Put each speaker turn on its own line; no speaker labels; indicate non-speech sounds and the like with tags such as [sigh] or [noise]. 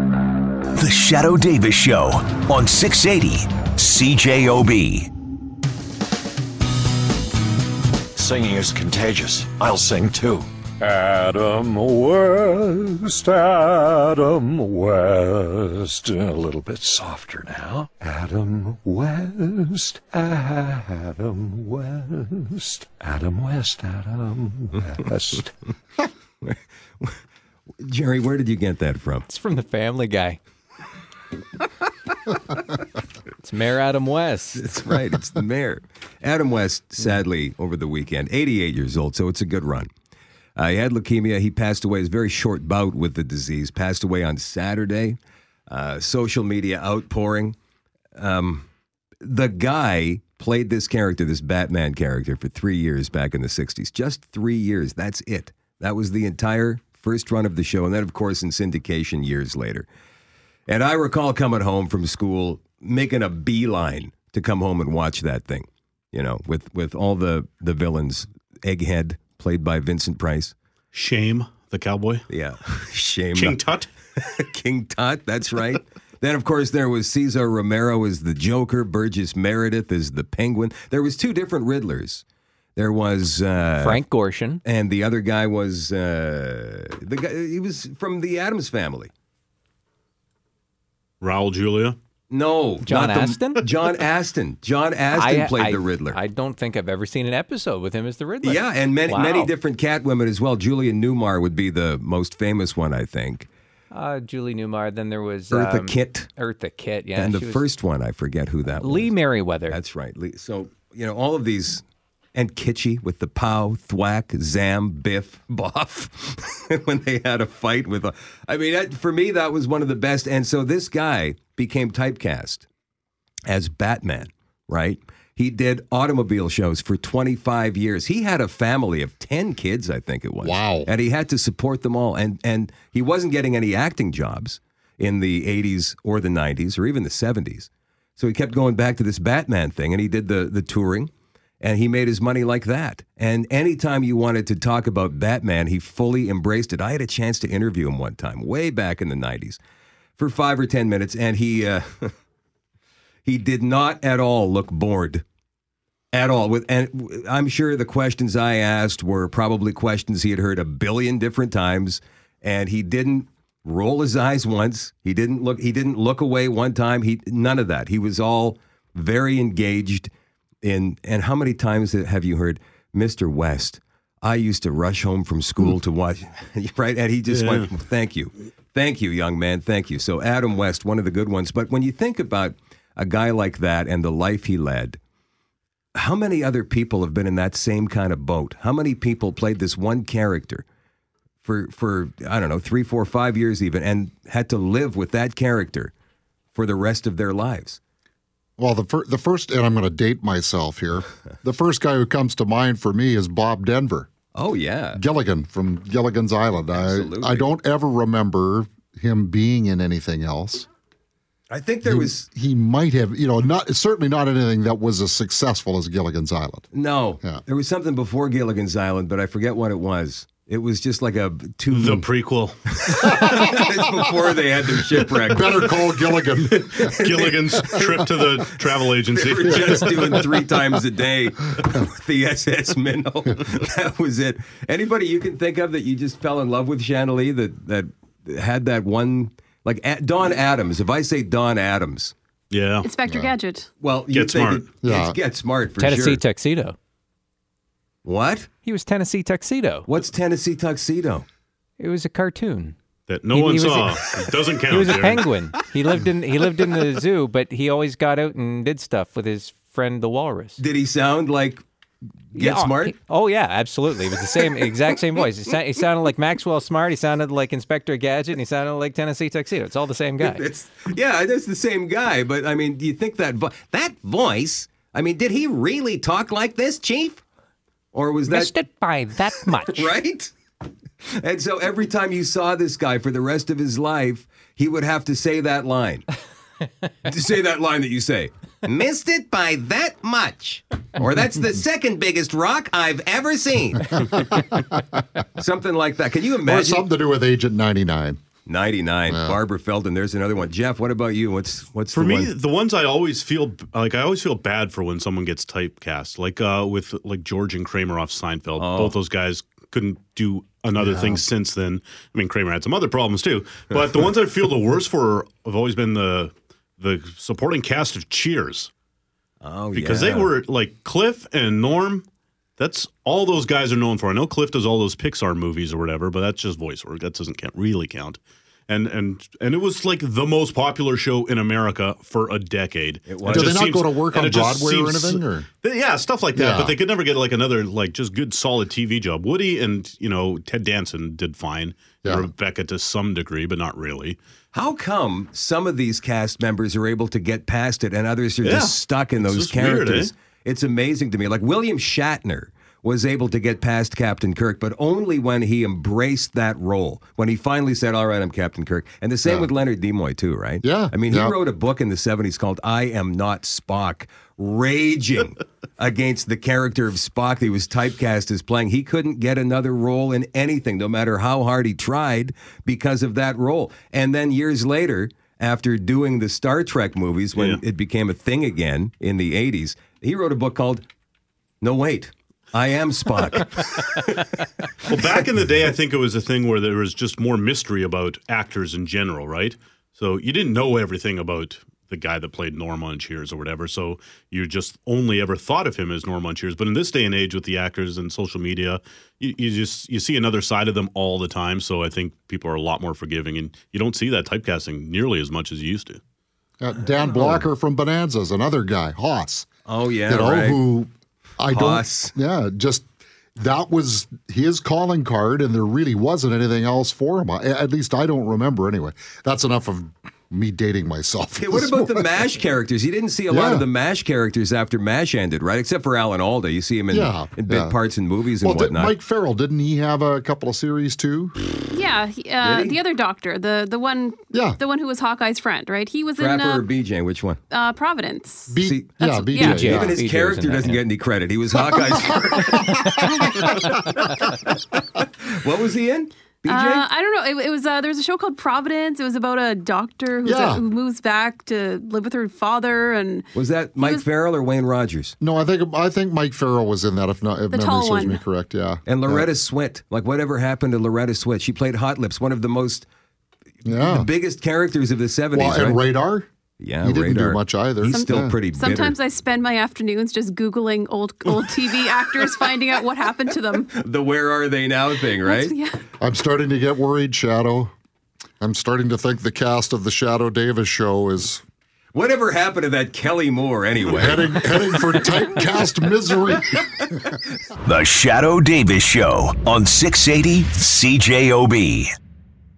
The Shadow Davis Show on 680 CJOB.
Singing is contagious. I'll sing too.
Adam West, Adam West. A little bit softer now. Adam West, Adam West, Adam West, Adam West.
Jerry, where did you get that from?
It's from the Family Guy. it's Mayor Adam West.
That's right. It's the [laughs] mayor. Adam West, sadly, over the weekend, 88 years old, so it's a good run. Uh, he had leukemia. He passed away. His very short bout with the disease passed away on Saturday. Uh, social media outpouring. Um, the guy played this character, this Batman character, for three years back in the 60s. Just three years. That's it. That was the entire first run of the show. And then, of course, in syndication years later. And I recall coming home from school, making a beeline to come home and watch that thing, you know, with, with all the, the villains, Egghead, played by Vincent Price.
Shame the cowboy.
Yeah, [laughs] shame.
King Tut.
King Tut, that's right. then, of course, there was Cesar Romero as the Joker, Burgess Meredith as the Penguin. There was two different Riddlers. There was uh,
Frank Gorshin.
and the other guy was uh, the guy. He was from the Adams Family.
Raul Julia.
No,
John
not the-
Aston?
John Aston. John Aston
I-
played
I-
the Riddler.
I don't think I've ever seen an episode with him as the Riddler.
Yeah, and many many
Wow.
different cat women as well. Julian Newmar would be the most famous one, I think.
Uh, Julie Newmar. Then there was
Eartha
um,
Kitt,
Eartha Kitt. Yeah,
and the
she was-
first one I forget who that was.
Lee Merriweather.
That's right. Lee- So, you know, all of these, and Kitschy with the pow, thwack, zam, biff, [laughs] boff, when they had a fight with a. I mean, that, for me, that was one of the best. And so this guy became typecast as Batman, right? He did automobile shows for 25 years. He had a family of 10 kids, I think it was.
Wow.
And he had to support them all. And, and he wasn't getting any acting jobs in the 80s or the 90s or even the 70s. So he kept going back to this Batman thing and he did the, the touring and he made his money like that. And anytime you wanted to talk about Batman, he fully embraced it. I had a chance to interview him one time, way back in the 90s, for five or 10 minutes, and he. Uh, [laughs] he did not at all look bored at all with and i'm sure the questions i asked were probably questions he had heard a billion different times and he didn't roll his eyes once he didn't look he didn't look away one time he none of that he was all very engaged in and how many times have you heard mr west i used to rush home from school to watch [laughs] right and he just went "Well, thank you thank you young man thank you so adam west one of the good ones but when you think about a guy like that and the life he led how many other people have been in that same kind of boat? How many people played this one character for for I don't know three, four, five years even, and had to live with that character for the rest of their lives?
Well, the fir- the first, and I'm going to date myself here. the first guy who comes to mind for me is Bob Denver
Oh yeah,
Gilligan from Gilligan's Island.
Absolutely.
I I don't ever remember him being in anything else.
I think there was
He might have, you know, not certainly not anything that was as successful as Gilligan's Island.
no,
Yeah.
there was something before Gilligan's Island, but I forget what it was. It was just like a two
The [laughs] prequel.
minutes [laughs] before they had their shipwreck.
Better call Gilligan.
Gilligan's trip to the travel agency.
They were just doing three times a day with the SS Minnow. [laughs] That was it. Anybody you can think of that you just fell in love with Chandelie that that had that one like A- Don Adams. If I say Don Adams,
Yeah.
Inspector Gadget.
well, you think
Get smart.
It,
Yeah.
it's get smart for
Tennessee
sure.
tuxedo.
what?
He was Tennessee tuxedo.
What's Tennessee tuxedo?
It was a cartoon.
That no
He-
one
he was a-
saw. It Doesn't count.
He was a
Jerry.
penguin. He lived in he lived in the zoo, but he always got out and did stuff with his friend the walrus.
Did he sound like
Yeah,
Get
oh,
Smart?
he- oh yeah, absolutely. It was the same
[laughs]
exact same voice. It, sa- it sounded like Maxwell Smart. He sounded like Inspector Gadget. and He sounded like Tennessee Tuxedo. It's all the same guy.
It's yeah, it's the same guy. But I mean, do you think that vo- that voice? I mean, did he really talk like this, Chief? Or was that
Missed it
[laughs]
by that much.
right? And so every time you saw this guy for the rest of his life, he would have to say that line. say that line that you say. Missed it by that much. Or that's the second biggest rock I've ever seen. Something like that. Can you
or
imagine?
something to do with Agent 99.
99. Barbara Feldon. There's another one. Jeff, what about you? What's what's
For
the
me,
One?
the ones I always feel like I always feel bad for when someone gets typecast, like uh, with like George and Kramer off Seinfeld.
Oh.
Both those guys couldn't do another thing since then. I mean, Kramer had some other problems too, but the ones I feel the worst for have always been the the supporting cast of Cheers
Oh,
because
yeah.
they were like Cliff and Norm. That's all those guys are known for. I know Cliff does all those Pixar movies or whatever, but that's just voice work. That doesn't count, really count. And and and it was like the most popular show in America for a decade. It
was.
Do they
just
not go to work
and
on
it just
Broadway or
seems-
anything, or?
They- yeah, stuff like that.
Yeah.
But they could never get like another like just good solid TV job. Woody and you know Ted Danson did fine.
Yeah.
Rebecca to some degree, but not really.
How come some of these cast members are able to get past it and others are
Yeah.
just stuck in
It's
those
just weird, eh?
characters? It's amazing to me. Like William Shatner was able to get past Captain Kirk, but only when he embraced that role, when he finally said, All right, I'm Captain Kirk. And the same with Leonard Nimoy, too, right?
Yeah.
I mean, he
Yeah.
wrote a book in the 70s called I Am Not Spock, raging against the character of Spock that he was typecast as playing. He couldn't get another role in anything, no matter how hard he tried, because of that role. And then years later, after doing the Star Trek movies, when it became a thing again in the 80s, he wrote a book called No Wait. I am Spock.
Well, back in the day, I think it was a thing where there was just more mystery about actors in general, right? So you didn't know everything about the guy that played Norm on Cheers or whatever. So you just only ever thought of him as Norm on Cheers. But in this day and age, with the actors and social media, you, you just you see another side of them all the time. So I think people are a lot more forgiving, and you don't see that typecasting nearly as much as you used to.
Uh, Dan Blocker from Bonanza's, another guy, Haas.
Oh yeah,
you know,
right.
who I
Haas.
don't. Yeah, just that was his calling card, and there really wasn't anything else for him. I, at least I don't remember anyway. That's enough of me dating myself.
Hey, what about the MASH characters? You didn't see a lot
Yeah.
of the MASH characters after MASH ended, right? Except for Alan Alda. You see him in,
Yeah,
in big
yeah.
parts in movies and
[laughs] Well, did-
whatnot.
Mike Farrell didn't he have a couple of
[sighs]
series too?
Yeah, he- uh,
Did he?
the other doctor, the the one,
Yeah.
the one who was Hawkeye's friend, right? He was in
Frapper
uh,
or BJ? Which one?
uh, Providence.
B-
See,
yeah,
that's-
BJ.
yeah.
BJ.
Even his
BJ was in
character
that,
doesn't
yeah.
get any credit. He was
[laughs]
Hawkeye's friend. [laughs] what was he in? BJ?
Uh, I don't know. It, it was uh, there was a show called Providence. It was about a doctor who's
Yeah.
who moves back to live with her father, and
was that Mike Farrell or Wayne Rogers?
No, I think I think Mike Farrell was in that. If not, if
The
memory
tall
serves
one.
me correct, yeah.
And Loretta Swit. Like, whatever happened to Loretta Swit? She played Hot Lips, one of the most,
yeah.
the biggest characters of the 70s.
well,
right?
and Radar.
yeah,
he didn't do
Radar.
much either.
He's
Some-
still
yeah.
pretty bitter.
sometimes I spend my afternoons just googling old old TV actors, finding out what happened to them.
the where are they now thing, right?
[laughs] Yeah.
I'm starting to get worried, Shadow. I'm starting to think the cast of the Shadow Davis show is
Whatever happened to that Kelly Moore anyway?
heading heading for typecast misery.
The Shadow Davis Show on 680 CJOB.